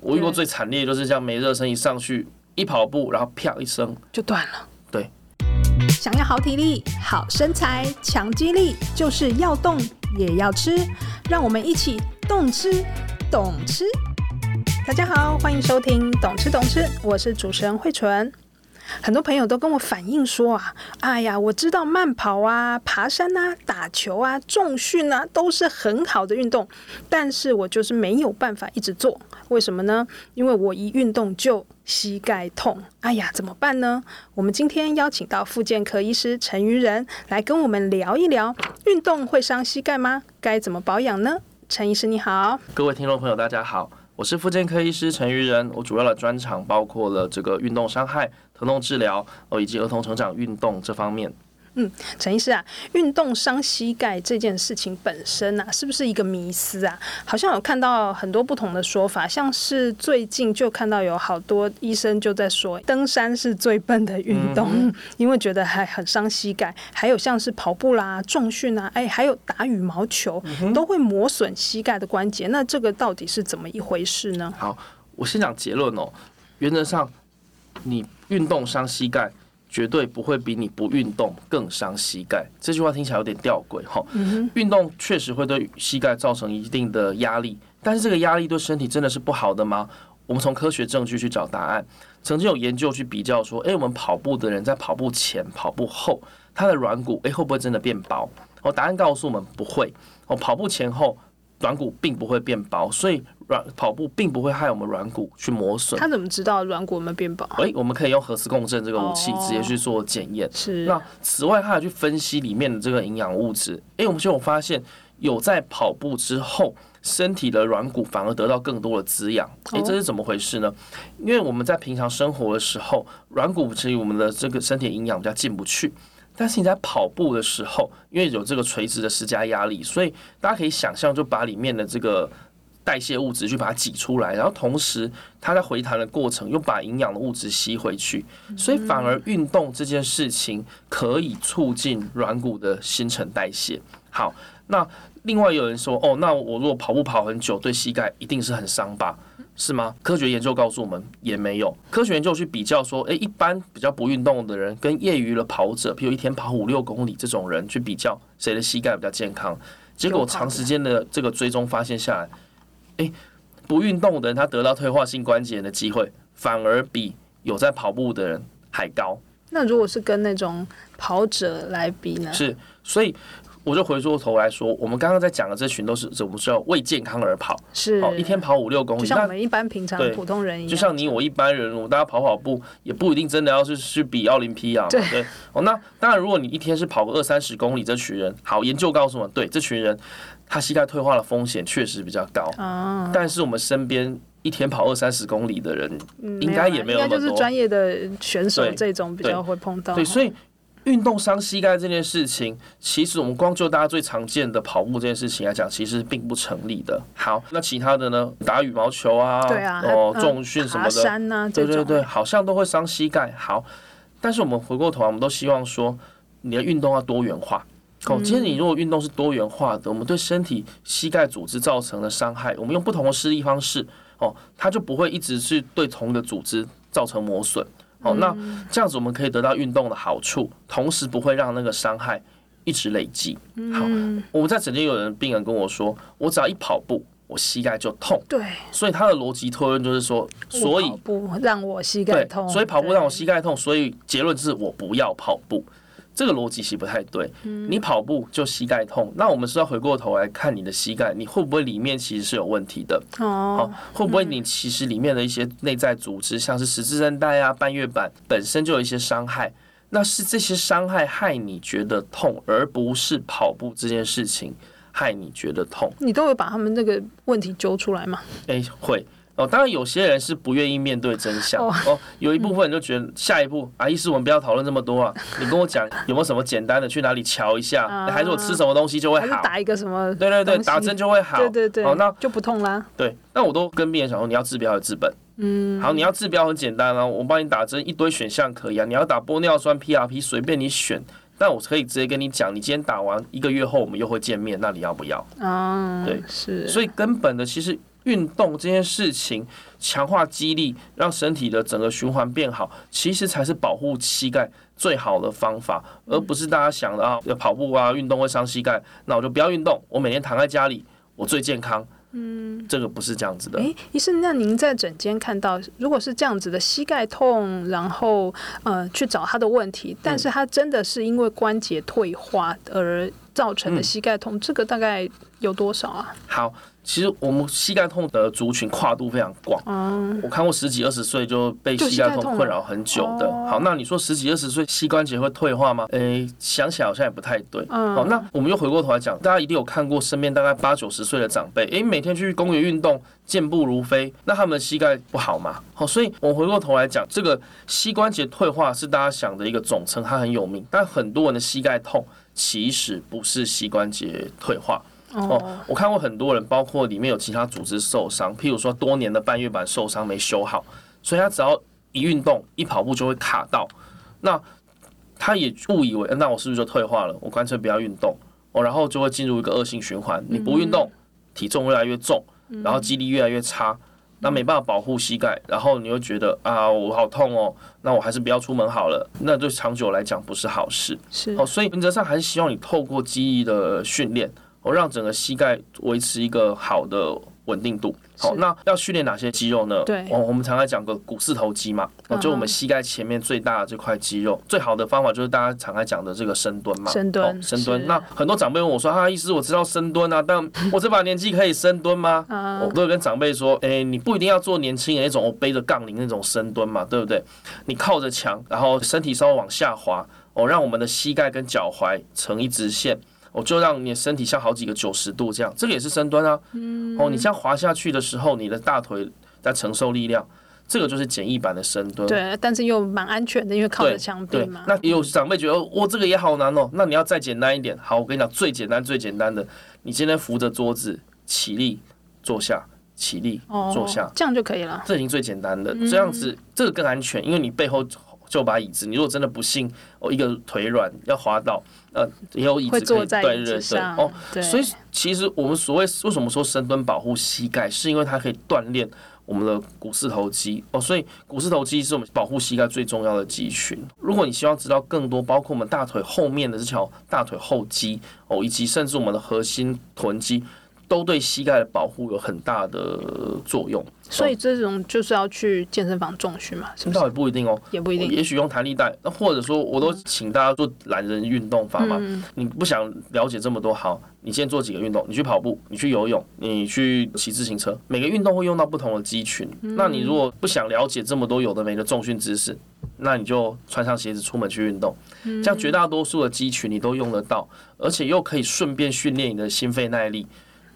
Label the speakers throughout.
Speaker 1: 我遇过最惨烈就是像没热身一上去一跑步，然后啪一声，
Speaker 2: 就断了。
Speaker 1: 对，
Speaker 3: 想要好体力、好身材、强肌力，就是要动也要吃。让我们一起动吃、懂吃。大家好，欢迎收听《懂吃懂吃》，我是主持人慧纯。很多朋友都跟我反映说啊，哎呀，我知道慢跑啊、爬山啊、打球啊、重训啊都是很好的运动，但是我就是没有办法一直做，为什么呢？因为我一运动就膝盖痛，哎呀，怎么办呢？我们今天邀请到复健科医师陈于仁来跟我们聊一聊，运动会伤膝盖吗？该怎么保养呢？陈医师你好，
Speaker 1: 各位听众朋友，大家好，我是复健科医师陈于仁，我主要的专长包括了这个运动伤害、疼痛治疗，哦，以及儿童成长运动这方面。
Speaker 3: 陈医师啊，运动伤膝盖这件事情本身啊，是不是一个迷思啊？好像有看到很多不同的说法，像是最近就看到有好多医生就在说，登山是最笨的运动，
Speaker 1: 嗯
Speaker 3: 因为觉得还很伤膝盖。还有像是跑步啦、重训啊，哎，还有打羽毛球，
Speaker 1: 嗯
Speaker 3: 都会磨损膝盖的关节。那这个到底是怎么一回事呢？
Speaker 1: 好，我先讲结论哦。原则上，你运动伤膝盖，绝对不会比你不运动更伤膝盖。这句话听起来有点吊诡哈。运动确实会对膝盖造成一定的压力，但是这个压力对身体真的是不好的吗？我们从科学证据去找答案。曾经有研究去比较说，诶，我们跑步的人在跑步前、跑步后，他的软骨诶会不会真的变薄？哦，答案告诉我们不会。哦，跑步前后软骨并不会变薄，所以软跑步并不会害我们软骨去磨损。
Speaker 3: 他怎么知道软骨有没有变薄？
Speaker 1: 诶，我们可以用核磁共振这个武器
Speaker 3: 哦
Speaker 1: 直接去做检验。
Speaker 3: 是
Speaker 1: 那此外，他还去分析里面的这个营养物质。诶，我们就有发现，有在跑步之后，身体的软骨反而得到更多的滋养。诶，
Speaker 3: 哦
Speaker 1: 这是怎么回事呢？因为我们在平常生活的时候，软骨其实我们的这个身体营养比较进不去。但是你在跑步的时候，因为有这个垂直的施加压力，所以大家可以想象，就把里面的这个代谢物质去把它挤出来，然后同时它在回弹的过程又把营养的物质吸回去，所以反而运动这件事情可以促进软骨的新陈代谢。好，那另外有人说，哦，那我如果跑步跑很久，对膝盖一定是很伤吧？是吗？科学研究告诉我们也没有。科学研究去比较说，诶，一般比较不运动的人跟业余的跑者，譬如一天跑五六公里这种人去比较，谁的膝盖比较健康？结果长时间的这个追踪发现下来，诶，不运动的人他得到退化性关节炎的机会，反而比有在跑步的人还高。
Speaker 3: 那如果是跟那种跑者来比呢？
Speaker 1: 是，所以我就回过头来说，我们刚刚在讲的这群都是我们是要为健康而跑，
Speaker 3: 是
Speaker 1: 哦，一天跑五六公
Speaker 3: 就
Speaker 1: 里，
Speaker 3: 像我
Speaker 1: 那
Speaker 3: 们一般平常
Speaker 1: 对
Speaker 3: 普通人一样，
Speaker 1: 就像你我一般人，我大家跑跑步也不一定真的要是去比奥林匹亚嘛，
Speaker 3: 对
Speaker 1: 对。哦，那当然，如果你一天是跑个二三十公里，这群人，好，研究告诉我们，对这群人，他膝盖退化的风险确实比较高。
Speaker 3: 啊，
Speaker 1: 但是我们身边一天跑二三十公里的人，
Speaker 3: 嗯
Speaker 1: 应该
Speaker 3: 没
Speaker 1: 也没
Speaker 3: 有
Speaker 1: 有那么
Speaker 3: 啦，应该
Speaker 1: 多
Speaker 3: 就是专业的选手
Speaker 1: 对
Speaker 3: 这种比较会碰到。
Speaker 1: 对，所以运动伤膝盖这件事情，其实我们光就大家最常见的跑步这件事情来讲，其实并不成立的。好，那其他的呢？打羽毛球啊，
Speaker 3: 对啊，
Speaker 1: 哦，
Speaker 3: 还
Speaker 1: 重训什么
Speaker 3: 爬
Speaker 1: 的，
Speaker 3: 山呐、这
Speaker 1: 对
Speaker 3: 种
Speaker 1: 对对，好像都会伤膝盖。好，但是我们回过头来，我们都希望说，你的运动要多元化。哦，
Speaker 3: 嗯
Speaker 1: 今天你如果运动是多元化的，我们对身体膝盖组织造成的伤害，我们用不同的施力方式，哦，它就不会一直是对同一个组织造成磨损。哦，那
Speaker 3: 嗯
Speaker 1: 这样子我们可以得到运动的好处，同时不会让那个伤害一直累积。
Speaker 3: 嗯
Speaker 1: 好，我们在曾经有人病人跟我说，我只要一跑步，我膝盖就痛，
Speaker 3: 对，
Speaker 1: 所以他的逻辑推论就是说，所以
Speaker 3: 我跑步让我膝盖
Speaker 1: 对，
Speaker 3: 痛，
Speaker 1: 所以跑步
Speaker 3: 对
Speaker 1: 让我膝盖痛，所以结论是我不要跑步。这个逻辑其实不太对，
Speaker 3: 嗯
Speaker 1: 你跑步就膝盖痛，那我们是要回过头来看你的膝盖，你会不会里面其实是有问题的？
Speaker 3: 哦
Speaker 1: 哦，会不会你其实里面的一些内在组织，像是十字韧带啊、半月板，本身就有一些伤害？那是这些伤害害你觉得痛，而不是跑步这件事情害你觉得痛。
Speaker 3: 你都有把他们那个问题揪出来嘛？
Speaker 1: 哎、会哦。当然，有些人是不愿意面对真相
Speaker 3: 哦嗯
Speaker 1: 哦有一部分人就觉得下一步啊，医师，我们不要讨论这么多啊，你跟我讲有没有什么简单的去哪里瞧一下，
Speaker 3: 啊
Speaker 1: 还是我吃什么东西就会
Speaker 3: 还是
Speaker 1: 好？
Speaker 3: 打一个什么？
Speaker 1: 对对对，
Speaker 3: 东西
Speaker 1: 打针就会好。
Speaker 3: 对对对，
Speaker 1: 哦，那
Speaker 3: 就不痛啦。
Speaker 1: 对，那我都跟病人讲说，你要治标有治本。嗯，好，你要治标很简单啊，我帮你打针一堆选项可以啊，你要打玻尿酸、PRP 随便你选，但我可以直接跟你讲，你今天打完一个月后我们又会见面，那你要不要？
Speaker 3: 啊，
Speaker 1: 对
Speaker 3: 是，
Speaker 1: 所以根本的其实运动这件事情，强化肌力，让身体的整个循环变好，其实才是保护膝盖最好的方法，而不是大家想的啊，跑步啊，运动会伤膝盖，那我就不要运动，我每天躺在家里，我最健康。嗯，这个不是这样子的。
Speaker 3: 诶，医生，那您在诊间看到，如果是这样子的膝盖痛，然后呃去找他的问题，
Speaker 1: 嗯
Speaker 3: 但是他真的是因为关节退化而造成
Speaker 1: 嗯
Speaker 3: 的膝盖痛，这个大概有多少啊？
Speaker 1: 好，其实我们膝盖痛的族群跨度非常广。我看过十几二十岁就被
Speaker 3: 就膝
Speaker 1: 膝盖
Speaker 3: 盖痛
Speaker 1: 痛
Speaker 3: 了
Speaker 1: 困扰很久的。
Speaker 3: 哦
Speaker 1: 好，那你说十几二十岁膝关节会退化吗？诶、想起来好像也不太对。好，那我们又回过头来讲，大家一定有看过身边大概八九十岁的长辈，诶、每天去公园运动，健步如飞，那他们的膝盖不好吗？好，所以我们回过头来讲，这个膝关节退化是大家想的一个总称，它很有名，但很多人的膝盖痛其实不是膝关节退化。哦，我看过很多人，包括里面有其他组织受伤，譬如说多年的半月板受伤没修好，所以他只要一运动一跑步就会卡到，那他也误以为呃那我是不是就退化了？我干脆不要运动，哦，然后就会进入一个恶性循环，你不运动，体重越来越重，然后肌力越来越差。那没办法保护膝盖，然后你又觉得啊，我好痛哦，那我还是不要出门好了。那对长久来讲不是好事。
Speaker 3: 是
Speaker 1: 好，哦所以原则上还是希望你透过记忆的训练，哦，让整个膝盖维持一个好的稳定度。好，
Speaker 3: 是
Speaker 1: 那要训练哪些肌肉呢？
Speaker 3: 对
Speaker 1: 哦，我们常常讲个股四头肌嘛，哦，就我
Speaker 3: 嗯哼
Speaker 1: 们膝盖前面最大的这块肌肉，最好的方法就是大家常爱讲的这个深蹲嘛。
Speaker 3: 深蹲
Speaker 1: 哦深蹲
Speaker 3: 是。
Speaker 1: 那很多长辈问我说：“啊，医师，我知道深蹲啊，但我这把年纪可以深蹲吗？”
Speaker 3: 嗯
Speaker 1: 我都会跟长辈说：“哎、你不一定要做年轻哎人那种我背着杠铃那种深蹲嘛，对不对？你靠着墙，然后身体稍微往下滑，哦，让我们的膝盖跟脚踝成一直线。”哦，就让你的身体像好几个九十度这样，这个也是深蹲啊。嗯，哦，你这样滑下去的时候，你的大腿在承受力量，这个就是简易版的深蹲。
Speaker 3: 对，但是又蛮安全的，因为靠着墙壁
Speaker 1: 对
Speaker 3: 嘛，。
Speaker 1: 那也有长辈觉得，哇，这个也好难哦。那你要再简单一点。好，我跟你讲，最简单最简单的，你今天扶着桌子起立坐下，起立坐下，
Speaker 3: 哦这样就可以了。
Speaker 1: 这已经最简单
Speaker 3: 嗯
Speaker 1: 的。这样子这个更安全，因为你背后就把椅子。你如果真的不幸哦，一个腿软要滑倒，呃，也有椅
Speaker 3: 会
Speaker 1: 子可
Speaker 3: 坐
Speaker 1: 以
Speaker 3: 在
Speaker 1: 对
Speaker 3: 椅
Speaker 1: 对
Speaker 3: 子
Speaker 1: 对
Speaker 3: 上，
Speaker 1: 哦。
Speaker 3: 对，
Speaker 1: 所以其实我们所谓为什么说深蹲保护膝盖，是因为它可以锻炼我们的股四头肌哦。所以股四头肌是我们保护膝盖最重要的肌群。如果你希望知道更多，包括我们大腿后面的这条大腿后肌哦，以及甚至我们的核心臀肌，都对膝盖的保护有很大的作用。
Speaker 3: 所以这种就是要去健身房重训嘛，是不是？
Speaker 1: 倒也不一定哦。
Speaker 3: 也不一定。嗯
Speaker 1: 也许用弹力带，那或者说我都请大家做懒人运动法嘛。你不想了解这么多，好，你先做几个运动，你去跑步，你去游泳，你去骑自行车，每个运动会用到不同的肌群。
Speaker 3: 嗯
Speaker 1: 那你如果不想了解这么多有的没的重训知识，那你就穿上鞋子出门去运动，
Speaker 3: 嗯
Speaker 1: 这样绝大多数的肌群你都用得到，而且又可以顺便训练你的心肺耐力，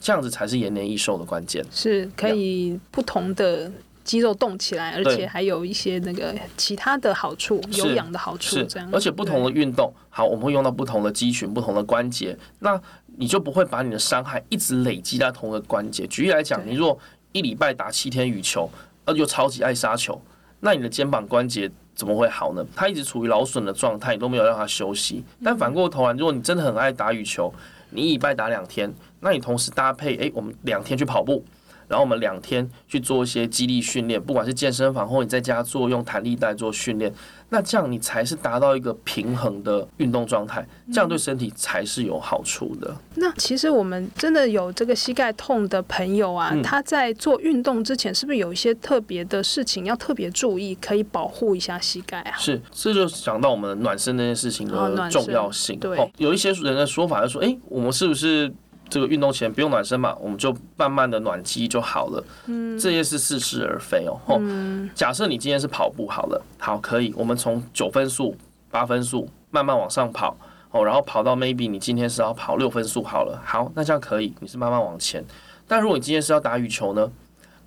Speaker 1: 这样子才是延年益寿的关键。
Speaker 3: 是可以不同的肌肉动起来，而
Speaker 1: 对
Speaker 3: 且还有一些那个其他的好处，
Speaker 1: 是
Speaker 3: 有氧的好处，
Speaker 1: 是
Speaker 3: 这样，。
Speaker 1: 而且不同的
Speaker 3: 对
Speaker 1: 运动，好，我们会用到不同的肌群、不同的关节，那你就不会把你的伤害一直累积在同一个关节。举例来讲，
Speaker 3: 对
Speaker 1: 你若一礼拜打七天羽球，呃，又超级爱杀球，那你的肩膀关节。怎么会好呢？它一直处于劳损的状态，你都没有让它休息。但
Speaker 3: 嗯
Speaker 1: 反过头来，如果你真的很爱打羽球，你一礼拜打两天，那你同时搭配，诶，我们两天去跑步，然后我们两天去做一些肌力训练，不管是健身房或你在家做用弹力带做训练，那这样你才是达到一个平衡的运动状态，这样对身体才是有好处的。
Speaker 3: 那其实我们真的有这个膝盖痛的朋友啊，
Speaker 1: 嗯
Speaker 3: 他在做运动之前，是不是有一些特别的事情要特别注意，可以保护一下膝盖啊？
Speaker 1: 是，这就讲到我们暖身这件事情
Speaker 3: 哦暖
Speaker 1: 的
Speaker 3: 身
Speaker 1: 重要性。哦
Speaker 3: 对
Speaker 1: 有一些人的说法就说，诶，我们是不是这个运动前不用暖身嘛？我们就慢慢的暖机就好了。嗯，这也是似是而非哦。哦，
Speaker 3: 嗯
Speaker 1: 假设你今天是跑步好了，好，可以，我们从九分速、八分速慢慢往上跑。哦，然后跑到 maybe 你今天是要跑六分速好了，好，那这样可以，你是慢慢往前。但如果你今天是要打羽球呢，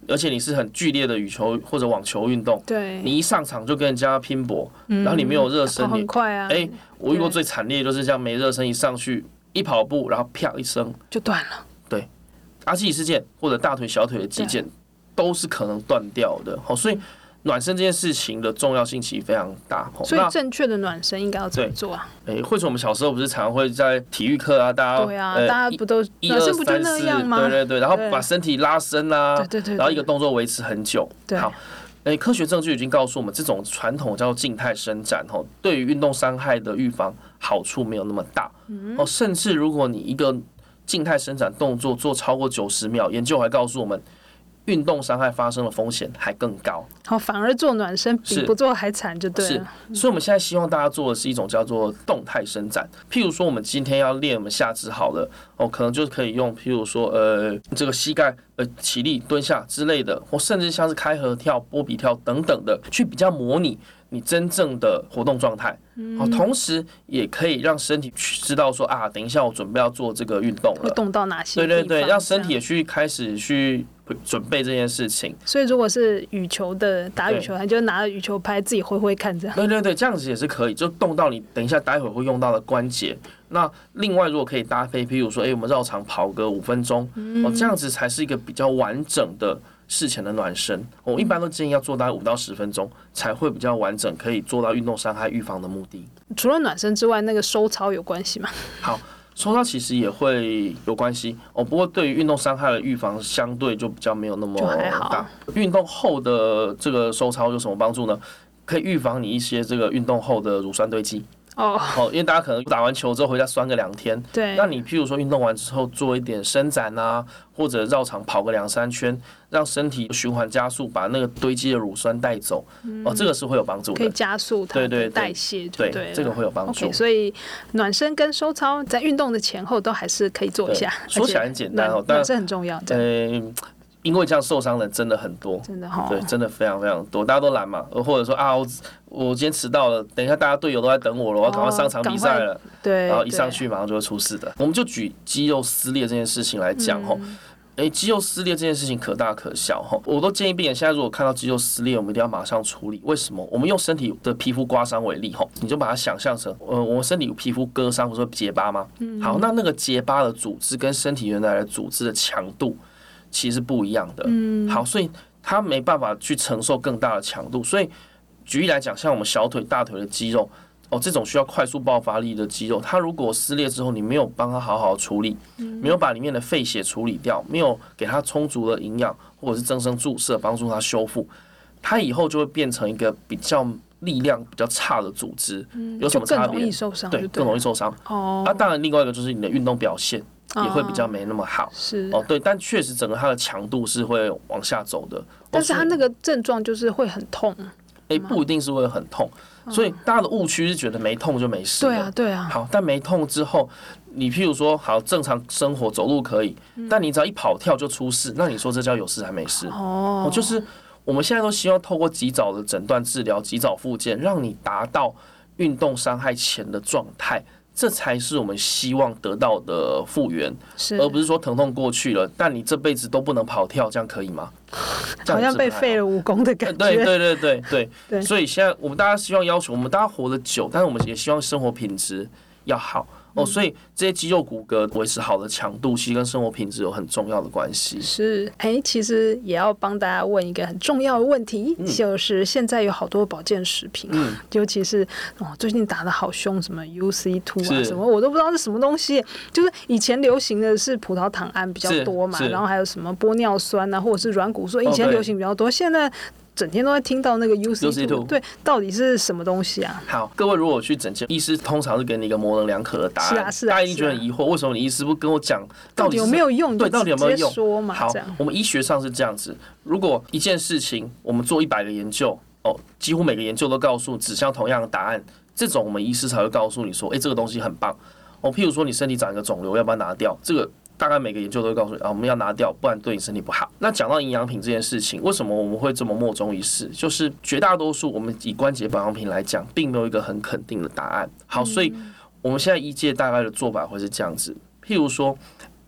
Speaker 1: 而且你是很剧烈的羽球或者网球运动，
Speaker 3: 对，
Speaker 1: 你一上场就跟人家拼搏，然后你没有热
Speaker 3: 跑
Speaker 1: 身，
Speaker 3: 嗯很
Speaker 1: 你
Speaker 3: 快啊，
Speaker 1: 哎，我遇过
Speaker 3: 对
Speaker 1: 最惨烈就是这样，没热身一上去一跑步，然后啪一声，
Speaker 3: 就断了。
Speaker 1: 阿基里斯腱或者大腿、小腿的肌腱都是可能断掉的。好，所以暖身这件事情的重要性其实非常大。哦
Speaker 3: 所
Speaker 1: 那
Speaker 3: 以正确的暖身应该要怎么
Speaker 1: 对
Speaker 3: 做啊？
Speaker 1: 诶，或者我们小时候不是常会在体育课啊，大家
Speaker 3: 对啊，
Speaker 1: 呃
Speaker 3: 大家不都
Speaker 1: 一
Speaker 3: 暖
Speaker 1: 二
Speaker 3: 身不就
Speaker 1: 三
Speaker 3: 那
Speaker 1: 四，
Speaker 3: 样吗？
Speaker 1: 对对对，然后
Speaker 3: 对
Speaker 1: 把身体拉伸啊，
Speaker 3: 对对对，
Speaker 1: 然后一个动作维持很久。
Speaker 3: 对
Speaker 1: 好，诶，科学证据已经告诉我们，这种传统叫做静态伸展哦，对于运动伤害的预防好处没有那么大
Speaker 3: 嗯
Speaker 1: 哦，甚至如果你一个静态伸展动作做超过九十秒，研究还告诉我们，运动伤害发生的风险还更高。
Speaker 3: 好，哦反而做暖身比
Speaker 1: 是
Speaker 3: 不做还惨，就对啊嗯
Speaker 1: 是
Speaker 3: 了。
Speaker 1: 所以我们现在希望大家做的是一种叫做动态伸展。譬如说，我们今天要练我们下肢好了，哦，可能就可以用譬如说，呃，这个膝盖呃起立、蹲下之类的，或甚至像是开合跳、波比跳等等的，去比较模拟你真正的活动状态。
Speaker 3: 嗯
Speaker 1: 哦，同时也可以让身体去知道说啊，等一下我准备要做这个运动
Speaker 3: 会
Speaker 1: 了。
Speaker 3: 动到哪些
Speaker 1: 对
Speaker 3: 地方？
Speaker 1: 对对，让身
Speaker 3: 这
Speaker 1: 体
Speaker 3: 样。
Speaker 1: 也去开始去准备这件事情。
Speaker 3: 所以如果是羽球的打羽
Speaker 1: 对
Speaker 3: 球，他就拿着羽球拍自己挥挥看，这 样
Speaker 1: 对对对，这样子也是可以，就动到你等一下待会会用到的关节。那另外，如果可以搭配，譬如说，哎、我们绕场跑个五分钟，
Speaker 3: 嗯
Speaker 1: 哦，这样子才是一个比较完整的事前的暖身。我一般都建议要做大概五到十分钟，才会比较完整，可以做到运动伤害预防的目的。
Speaker 3: 除了暖身之外，那个收操有关系吗？
Speaker 1: 收到其实也会有关系哦，不过对于运动伤害的预防相对就比较没有那么
Speaker 3: 就还好
Speaker 1: 大。运动后的这个收操有什么帮助呢？可以预防你一些这个运动后的乳酸堆积。
Speaker 3: 哦，
Speaker 1: 哦，因为大家可能打完球之后回家酸个两天，
Speaker 3: 对，
Speaker 1: 那你譬如说运动完之后做一点伸展啊，或者绕场跑个两三圈，让身体循环加速，把那个堆积的乳酸带走，哦，这个是会有帮助
Speaker 3: 嗯可以
Speaker 1: 的。
Speaker 3: 加速它
Speaker 1: 对对
Speaker 3: 的
Speaker 1: 对
Speaker 3: 代谢，就对
Speaker 1: 对
Speaker 3: 了，
Speaker 1: 这个会有帮助
Speaker 3: OK，。所以暖身跟收操在运动的前后都还是可以做一下。
Speaker 1: 对说起来很简单哦
Speaker 3: 暖
Speaker 1: 但
Speaker 3: 暖身很重要，对，
Speaker 1: 嗯，因为这样受伤的人真的很多，
Speaker 3: 真的哈。
Speaker 1: 对，真的非常非常多，大家都懒嘛，呃或者说啊，我我今天迟到了，等一下大家队友都在等我了，我要赶快上场比赛了，
Speaker 3: 对，
Speaker 1: 然后一
Speaker 3: 对
Speaker 1: 上去马上就会出事的。我们就举肌肉撕裂这件事情来讲吼，
Speaker 3: 嗯
Speaker 1: 诶，肌肉撕裂这件事情可大可小哈，我都建议病人现在如果看到肌肉撕裂，我们一定要马上处理。为什么？我们用身体的皮肤刮伤为例哈，你就把它想象成，呃，我们身体有皮肤割伤或者说结疤吗？
Speaker 3: 嗯
Speaker 1: 好，那那个结疤的组织跟身体原来的组织的强度其实是不一样的。
Speaker 3: 嗯
Speaker 1: 好，所以它没办法去承受更大的强度。所以举例来讲，像我们小腿、大腿的肌肉，哦，这种需要快速爆发力的肌肉，它如果撕裂之后，你没有帮它好好处理，没有把里面的废血处理掉，没有给它充足的营养或者是增生注射帮助它修复，它以后就会变成一个比较力量比较差的组织，有什
Speaker 3: 嗯就
Speaker 1: 么
Speaker 3: 更
Speaker 1: 差
Speaker 3: 容易
Speaker 1: 别？
Speaker 3: 受伤，
Speaker 1: 对，更
Speaker 3: 易
Speaker 1: 容易受伤。
Speaker 3: 哦，
Speaker 1: 啊，当然，另外一个就是你的运动表现也会比较没那么好。
Speaker 3: 是。
Speaker 1: 哦，对，但确实整个它的强度是会往下走的。哦
Speaker 3: 但是
Speaker 1: 所以
Speaker 3: 它那个症状就是会很痛，
Speaker 1: 诶、哎不一定是会很痛，所以大家的误区是觉得没痛就没事。
Speaker 3: 嗯对啊，。对啊，
Speaker 1: 好，但没痛之后，你譬如说，好正常生活走路可以，
Speaker 3: 嗯
Speaker 1: 但你只要一跑跳就出事，那你说这叫有事还没事？
Speaker 3: 哦，
Speaker 1: 哦，就是我们现在都希望透过及早的诊断治疗、及早复健，让你达到运动伤害前的状态，这才是我们希望得到的复原，
Speaker 3: 是
Speaker 1: 而不是说疼痛过去了，但你这辈子都不能跑跳，这样可以吗？这样
Speaker 3: 好像
Speaker 1: 是
Speaker 3: 被
Speaker 1: 不太
Speaker 3: 废了武功的
Speaker 1: 呃
Speaker 3: 感
Speaker 1: 对
Speaker 3: 觉，
Speaker 1: 对对对对
Speaker 3: 对
Speaker 1: 所以现在我们大家希望要求，我们大家活得久，但是我们也希望生活品质要好
Speaker 3: 嗯
Speaker 1: 哦。所以这些肌肉骨骼维持好的强度，其实跟生活品质有很重要的关系。
Speaker 3: 是，哎，其实也要帮大家问一个很重要的问题，
Speaker 1: 嗯
Speaker 3: 就是现在有好多保健食品啊，尤其是哦，最近打的好凶，什么 UC two 啊，
Speaker 1: 是
Speaker 3: 什么我都不知道是什么东西。就是以前流行的是葡萄糖胺比较
Speaker 1: 是
Speaker 3: 多嘛，
Speaker 1: 是哦
Speaker 3: 然后还有什么玻尿酸啊，或者是软骨素，以前
Speaker 1: 对
Speaker 3: 流行比较多，现在。整天都在听到那个 UC two，
Speaker 1: UC2
Speaker 3: 对，到底是什么东西啊？
Speaker 1: 好，各位如果去诊间，医师通常是给你一个模棱两可的答案，
Speaker 3: 是啊是啊
Speaker 1: 大家一定觉得
Speaker 3: 是啊
Speaker 1: 很疑惑，为什么你医师不跟我讲
Speaker 3: 到
Speaker 1: 底
Speaker 3: 有
Speaker 1: 是
Speaker 3: 没有用？
Speaker 1: 对，
Speaker 3: 你就
Speaker 1: 到底有没有
Speaker 3: 直接
Speaker 1: 用？
Speaker 3: 说嘛，
Speaker 1: 好
Speaker 3: 这样，
Speaker 1: 我们医学上是这样子：如果一件事情，我们做一百个研究，哦，几乎每个研究都告诉指向同样的答案，这种我们医师才会告诉你说，诶，哎这个东西很棒。哦，譬如说你身体长一个肿瘤，要不要拿掉？这个大概每个研究都会告诉你啊，我们要拿掉，不然对你身体不好。那讲到营养品这件事情，为什么我们会这么莫衷一是？就是绝大多数我们以关节保养品来讲，并没有一个很肯定的答案。好，所以
Speaker 3: 嗯
Speaker 1: 我们现在医界大概的做法会是这样子，譬如说。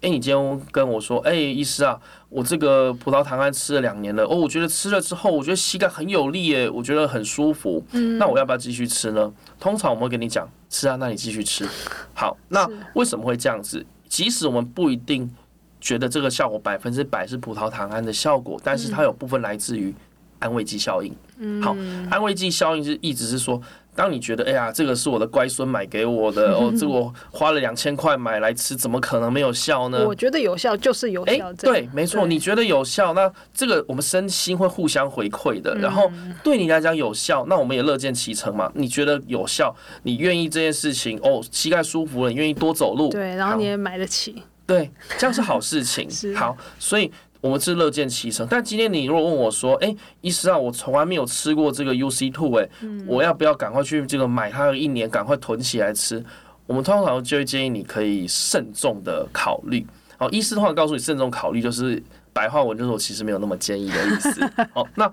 Speaker 1: 诶，你今天跟我说，诶，医师啊，我这个葡萄糖胺吃了两年了，哦，我觉得吃了之后，我觉得膝盖很有力耶，我觉得很舒服，那我要不要继续吃呢？通常我们会跟你讲，吃啊，那你继续吃。好，那为什么会这样子？即使我们不一定觉得这个效果百分之百是葡萄糖胺的效果，但是它有部分来自于安慰剂效应。好，安慰剂效应是意思是说，当你觉得哎呀，这个是我的乖孙买给我的，哦，这个我花了两千块买来吃，怎么可能没有效呢？
Speaker 3: 我觉得有效就是有
Speaker 1: 哎、
Speaker 3: 效，这样
Speaker 1: 对，没错，你觉得有效，那这个我们身心会互相回馈的。然后
Speaker 3: 嗯
Speaker 1: 对你来讲有效，那我们也乐见其成嘛。你觉得有效，你愿意这件事情，哦，膝盖舒服了，你愿意多走路，
Speaker 3: 对，然后
Speaker 1: 好
Speaker 3: 你也买得起，
Speaker 1: 对，这样是好事情
Speaker 3: 是。
Speaker 1: 好，所以我们是乐见其成。但今天你如果问我说，哎、医师啊，我从来没有吃过这个 UC Two，哎、我要不要赶快去这个买它个一年，赶快囤起来吃？我们通常就会建议你可以慎重的考虑。好，医师通常告诉你慎重考虑，就是白话文就是我其实没有那么建议的意思。好，那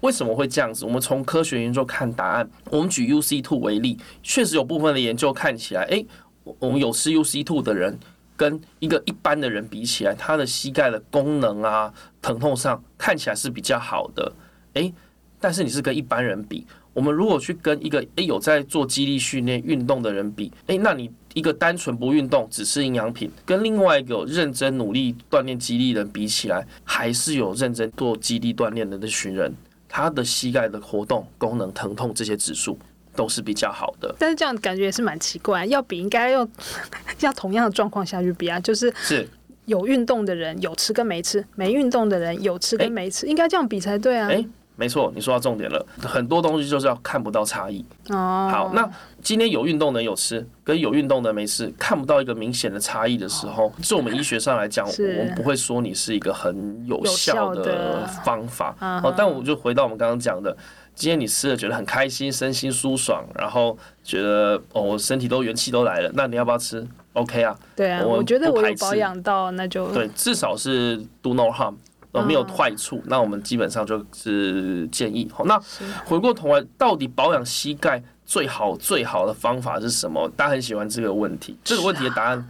Speaker 1: 为什么会这样子？我们从科学研究看答案。我们举 UC Two 为例，确实有部分的研究看起来，哎、我我们有吃 UC Two 的人，跟一个一般的人比起来，他的膝盖的功能啊、疼痛上看起来是比较好的。诶，但是你是跟一般人比，我们如果去跟一个诶有在做肌力训练运动的人比，诶，那你一个单纯不运动只吃营养品，跟另外一个有认真努力锻炼肌力的人比起来，还是有认真做肌力锻炼的那群人，他的膝盖的活动功能、疼痛这些指数都是比较好的。
Speaker 3: 但是这样感觉也是蛮奇怪，要比应该要 要同样的状况下去比啊，就是
Speaker 1: 是，
Speaker 3: 有运动的人有吃跟没吃，没运动的人有吃跟
Speaker 1: 哎
Speaker 3: 没吃，应该这样比才对啊。
Speaker 1: 哎、没错，你说到重点了。很多东西就是要看不到差异。
Speaker 3: 哦，
Speaker 1: 好，那今天有运动的有吃，跟有运动的没吃，看不到一个明显的差异的时候，就我们医学上来 讲，
Speaker 3: 哦是
Speaker 1: 我们不会说你是一个很有效
Speaker 3: 有效的
Speaker 1: 的方法。
Speaker 3: 啊
Speaker 1: 哦，但我就回到我们刚刚讲的，今天你吃了觉得很开心，身心舒爽，然后觉得哦，我身体都元气都来了，那你要不要吃？OK 啊，
Speaker 3: 对啊，
Speaker 1: 我
Speaker 3: 我觉得
Speaker 1: 不
Speaker 3: 我有
Speaker 1: 排斥
Speaker 3: 保养到，那就
Speaker 1: 对，至少是 do no harm，呃，没有坏
Speaker 3: 嗯
Speaker 1: 处。那我们基本上就是建议。好，那回过头来，到底保养膝盖最好最好的方法是什么？大家很喜欢这个问题。这个问题的答案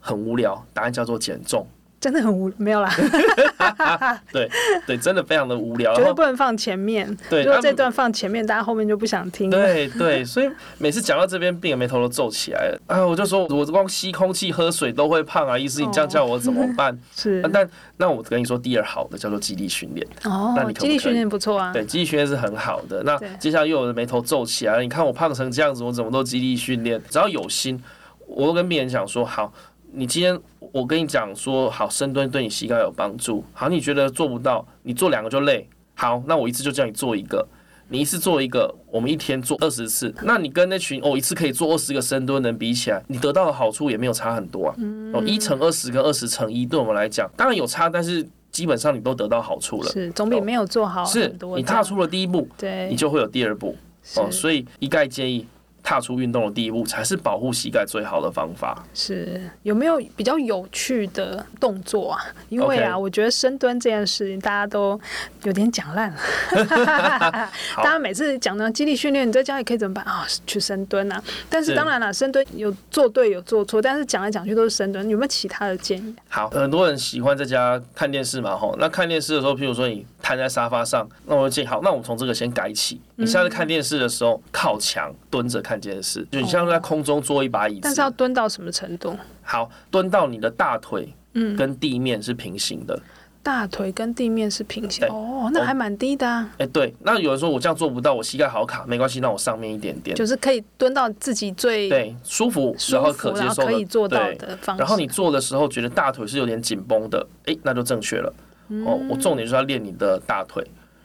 Speaker 1: 很无聊，答案叫做减 重。
Speaker 3: 真的很无没有啦，
Speaker 1: 对对，真的非常的无聊。
Speaker 3: 绝
Speaker 1: 然
Speaker 3: 对
Speaker 1: 后
Speaker 3: 不能放前面。
Speaker 1: 对
Speaker 3: 如果
Speaker 1: 他们
Speaker 3: 这段放前面，大家后面就不想听。
Speaker 1: 对对，所以每次讲到这边，病人眉头都皱起来了。啊，我就说，我光吸空气、喝水都会胖啊，医师，你这样叫我怎么办？
Speaker 3: 是
Speaker 1: 啊、但那我跟你说，第二好的叫做肌力训练。那
Speaker 3: 哦
Speaker 1: 你，可不可
Speaker 3: 肌
Speaker 1: 以
Speaker 3: 力训练不错啊。
Speaker 1: 对，肌力训练是很好的。那
Speaker 3: 对
Speaker 1: 接下来又有人眉头皱起来了，你看我胖成这样子，我怎么都肌力训练？只要有心，我都跟病人讲说，好，你今天我跟你讲说，好，深蹲对你膝盖有帮助。好，你觉得做不到，你做两个就累。好，那我一次就叫你做一个。你一次做一个，我们一天做二十次，那你跟那群哦一次可以做二十个深蹲的人比起来，你得到的好处也没有差很多啊。
Speaker 3: 嗯
Speaker 1: 哦，一乘二十跟二十乘一，对我们来讲当然有差，但是基本上你都得到好处了。
Speaker 3: 是总比没有做好
Speaker 1: 是
Speaker 3: 很多。
Speaker 1: 你踏出了第一步，
Speaker 3: 对
Speaker 1: 你就会有第二步哦。所以一概建议踏出运动的第一步才是保护膝盖最好的方法。
Speaker 3: 是有没有比较有趣的动作啊？因为啊
Speaker 1: OK
Speaker 3: 我觉得深蹲这件事情大家都有点讲烂了。 大家每次讲到肌力训练，你在家里可以怎么办啊、去深蹲啊！但是
Speaker 1: 是
Speaker 3: 当然了，深蹲有做对有做错，但是讲来讲去都是深蹲。有没有其他的建议？
Speaker 1: 好，很多人喜欢在家看电视嘛，吼。那看电视的时候，譬如说你瘫在沙发上，那我就建议，好，那我们从这个先改起。你下
Speaker 3: 嗯
Speaker 1: 次看电视的时候，靠墙蹲着看电视，就你像在空中坐一把椅
Speaker 3: 哦但是要
Speaker 1: 子，
Speaker 3: 蹲到什么程度？
Speaker 1: 好，蹲到你的大腿
Speaker 3: 嗯
Speaker 1: 跟地面是平行的。
Speaker 3: 大腿跟地面是平行
Speaker 1: 对
Speaker 3: 哦，那还蛮低的、啊，
Speaker 1: 哎，对，那有人说我这样做不到，我膝盖好卡，没关系，那我上面一点点，
Speaker 3: 就是可以蹲到自己最
Speaker 1: 对，舒服，
Speaker 3: 舒
Speaker 1: 然后
Speaker 3: 服，
Speaker 1: 可接
Speaker 3: 然后
Speaker 1: 受
Speaker 3: 可
Speaker 1: 的，
Speaker 3: 以做到
Speaker 1: 对
Speaker 3: 的方式。
Speaker 1: 然后你做的时候觉得大腿是有点紧绷的，诶，那就正确了。
Speaker 3: 嗯
Speaker 1: 哦，我重点就是要练你的大腿。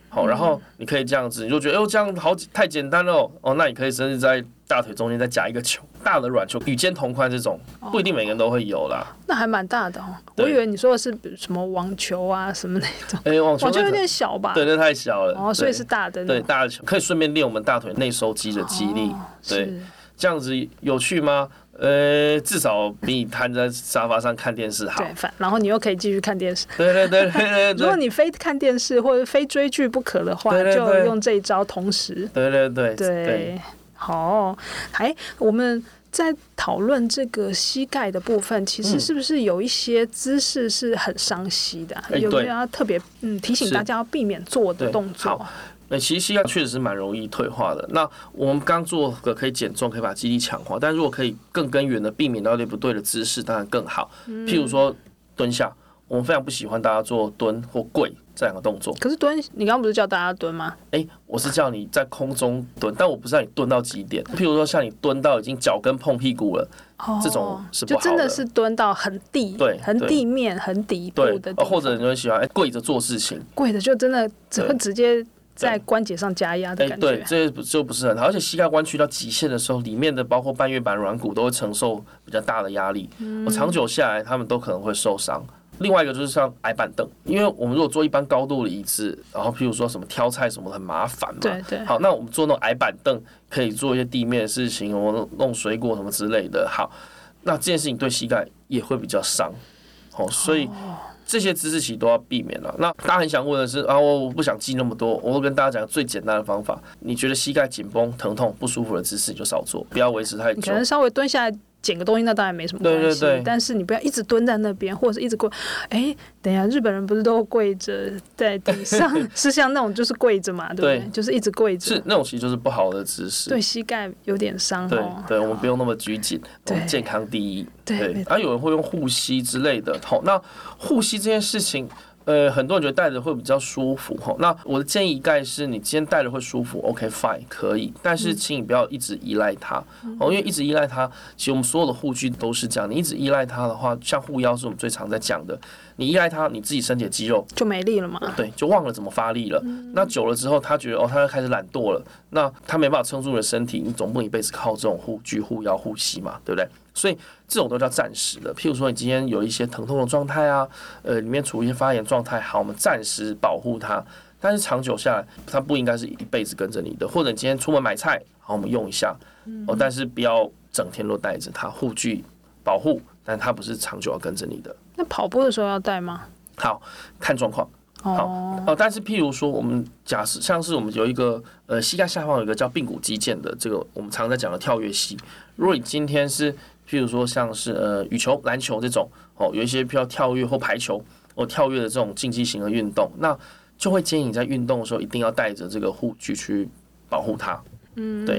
Speaker 1: 好，然后你可以这样子，你就觉得，哎呦，这样好太简单了哦。哦，那你可以甚至在大腿中间再夹一个球， 大的软球，与肩同宽这种，
Speaker 3: 哦
Speaker 1: 不一定每个人都会有啦。
Speaker 3: 那还蛮大的哦，我
Speaker 1: 对
Speaker 3: 以为你说的是比如什么网球啊什么那种，
Speaker 1: 哎，网球
Speaker 3: 网球
Speaker 1: 那个
Speaker 3: 有点小吧？
Speaker 1: 对，那太小了。
Speaker 3: 哦，所以
Speaker 1: 对
Speaker 3: 是大的那
Speaker 1: 对
Speaker 3: 种。
Speaker 1: 大的球，可以顺便练我们大腿内收肌的肌力。
Speaker 3: 哦
Speaker 1: 对
Speaker 3: 是
Speaker 1: 这样子有趣吗？呃，至少比你瘫在沙发上看电视好。
Speaker 3: 对，反然后你又可以继续看电视。
Speaker 1: 对对对对对
Speaker 3: 如果
Speaker 1: 对。
Speaker 3: 你非看电视或者非追剧不可的话，
Speaker 1: 对对
Speaker 3: 就
Speaker 1: 对
Speaker 3: 用这一招同时。
Speaker 1: 对对对
Speaker 3: 对，好，哎，我们在讨论这个膝盖的部分，其实
Speaker 1: 嗯
Speaker 3: 是不是有一些姿势是很伤膝的啊？
Speaker 1: 哎
Speaker 3: 有没有
Speaker 1: 对
Speaker 3: 要特别嗯提醒
Speaker 1: 是
Speaker 3: 大家要避免做的
Speaker 1: 对
Speaker 3: 动作
Speaker 1: 好
Speaker 3: 啊？
Speaker 1: 那其实膝盖确实是蛮容易退化的。那我们刚做个可以减重，可以把肌力强化，但如
Speaker 3: 嗯
Speaker 1: 果可以更根源的避免到一些不对的姿势，当然更好。譬如说蹲下，我们非常不喜欢大家做蹲或跪这两个动作。
Speaker 3: 可是蹲，你刚刚不是叫大家蹲吗？
Speaker 1: 诶，我是叫你在空中蹲，但我不是让你蹲到极点。譬如说，像你蹲到已经脚跟碰屁股了，
Speaker 3: 哦
Speaker 1: 这种是不
Speaker 3: 就
Speaker 1: 好的
Speaker 3: 真的是蹲到很地，
Speaker 1: 对
Speaker 3: 很
Speaker 1: 对
Speaker 3: 地面、很底部
Speaker 1: 对
Speaker 3: 的地，
Speaker 1: 呃
Speaker 3: 方，
Speaker 1: 或者你会喜欢诶跪着做事情，
Speaker 3: 跪的就真的只
Speaker 1: 对
Speaker 3: 会直接在
Speaker 1: 对
Speaker 3: 关节上加压的
Speaker 1: 诶，
Speaker 3: 感
Speaker 1: 哎对，
Speaker 3: 觉。啊
Speaker 1: 这不就不是很好。而且膝盖弯曲到极限的时候，里面的包括半月板、软骨都会承受比较大的压力。我长久下来，他们都可能会受伤。另外一个就是像矮板凳，因为我们如果坐一般高度的椅子，然后譬如说什么挑菜什么的很麻烦嘛。
Speaker 3: 对对
Speaker 1: 好，那我们坐那种矮板凳，可以做一些地面的事情，我们弄水果什么之类的。好，那这件事情对膝盖也会比较伤。哦，所以这些姿势其实都要避免了。那大家很想问的是啊，我我不想记那么多，我会跟大家讲最简单的方法。你觉得膝盖紧绷、疼痛、不舒服的姿势，你就少做，不要维持太
Speaker 3: 你
Speaker 1: 久
Speaker 3: 可。能稍微蹲下来捡个东西，那当然没什么关
Speaker 1: 对
Speaker 3: 系。
Speaker 1: 对对
Speaker 3: 但是你不要一直蹲在那边，或者是一直跪。哎，等一下，日本人不是都跪着在地上？ 是像那种就是跪着嘛，对不对？
Speaker 1: 对
Speaker 3: 就是一直跪着，
Speaker 1: 是那种其实就是不好的姿势。
Speaker 3: 对膝盖有点伤
Speaker 1: 对
Speaker 3: 哦。
Speaker 1: 对，我们不用那么拘谨，我
Speaker 3: 对
Speaker 1: 们健康第一。
Speaker 3: 对没
Speaker 1: 啊，有人会用护膝之类的。好，那护膝这件事情。呃，很多人觉得戴着会比较舒服吼。那我的建议大概是你今天戴着会舒服，OK fine 可以，但
Speaker 3: 嗯
Speaker 1: 是请你不要一直依赖它哦，因为一直依赖它，其实我们所有的护具都是这样。你一直依赖它的话，像护腰是我们最常在讲的，你依赖它，你自己身体的肌肉
Speaker 3: 就没力了嘛。
Speaker 1: 对，就忘了怎么发力了。那久了之后，他觉得哦，他开始懒惰了，那他没办法撑住你的身体，你总不能一辈子靠这种护具、护腰、护膝嘛，对不对？所以这种都叫暂时的。譬如说，你今天有一些疼痛的状态啊，呃，里面处于一些发炎状态，好，我们暂时保护它。但是长久下来，它不应该是一辈子跟着你的。或者你今天出门买菜，好，我们用一下，哦，但是不要整天都带着它，护具保护，但它不是长久要跟着你的。
Speaker 3: 那跑步的时候要带吗？
Speaker 1: 好看状况。
Speaker 3: 哦，
Speaker 1: 哦，但是譬如说，我们假设像是我们有一个呃膝盖下方有一个叫髌骨肌腱的这个我们常在讲的跳跃膝，如果你今天是譬如说像是呃羽球、篮球这种哦，有一些比较跳跃或排球哦跳跃的这种竞技型的运动，那就会建议你在运动的时候一定要带着这个护具去保护它。嗯，对，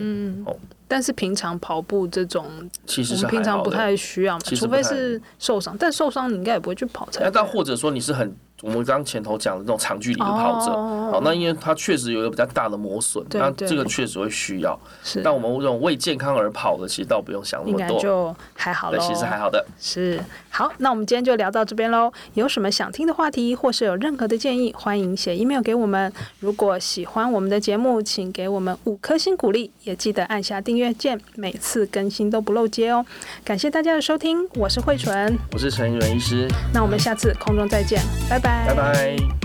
Speaker 3: 但是平常跑步这种，
Speaker 1: 其实
Speaker 3: 我
Speaker 1: 是
Speaker 3: 们平
Speaker 1: 还
Speaker 3: 常
Speaker 1: 好
Speaker 3: 不
Speaker 1: 的。
Speaker 3: 太需要嘛，
Speaker 1: 其实
Speaker 3: 除
Speaker 1: 不太
Speaker 3: 非是受伤。但受伤你应该也不会去跑才
Speaker 1: 哎那
Speaker 3: 对。
Speaker 1: 但或者说你是很我们刚前头讲的那种长距离的跑者，
Speaker 3: 哦
Speaker 1: 好，那因为它确实有一个比较大的磨损，
Speaker 3: 对
Speaker 1: 那
Speaker 3: 对
Speaker 1: 这个确实会需要。
Speaker 3: 是，
Speaker 1: 但我们这种为健康而跑的，其实倒不用想那
Speaker 3: 应
Speaker 1: 么
Speaker 3: 该
Speaker 1: 多。
Speaker 3: 就还好
Speaker 1: 对，
Speaker 3: 喽。
Speaker 1: 其实还好的。
Speaker 3: 是好，那我们今天就聊到这边喽。有什么想听的话题，或是有任何的建议，欢迎写 email 给我们。如果喜欢我们的节目，请给我们五颗星鼓励，也记得按下订阅键，每次更新都不漏接哦。感谢大家的收听，我是慧纯，
Speaker 1: 我是陈宇伦医师，
Speaker 3: 那我们下次空中再见，拜拜
Speaker 1: 拜拜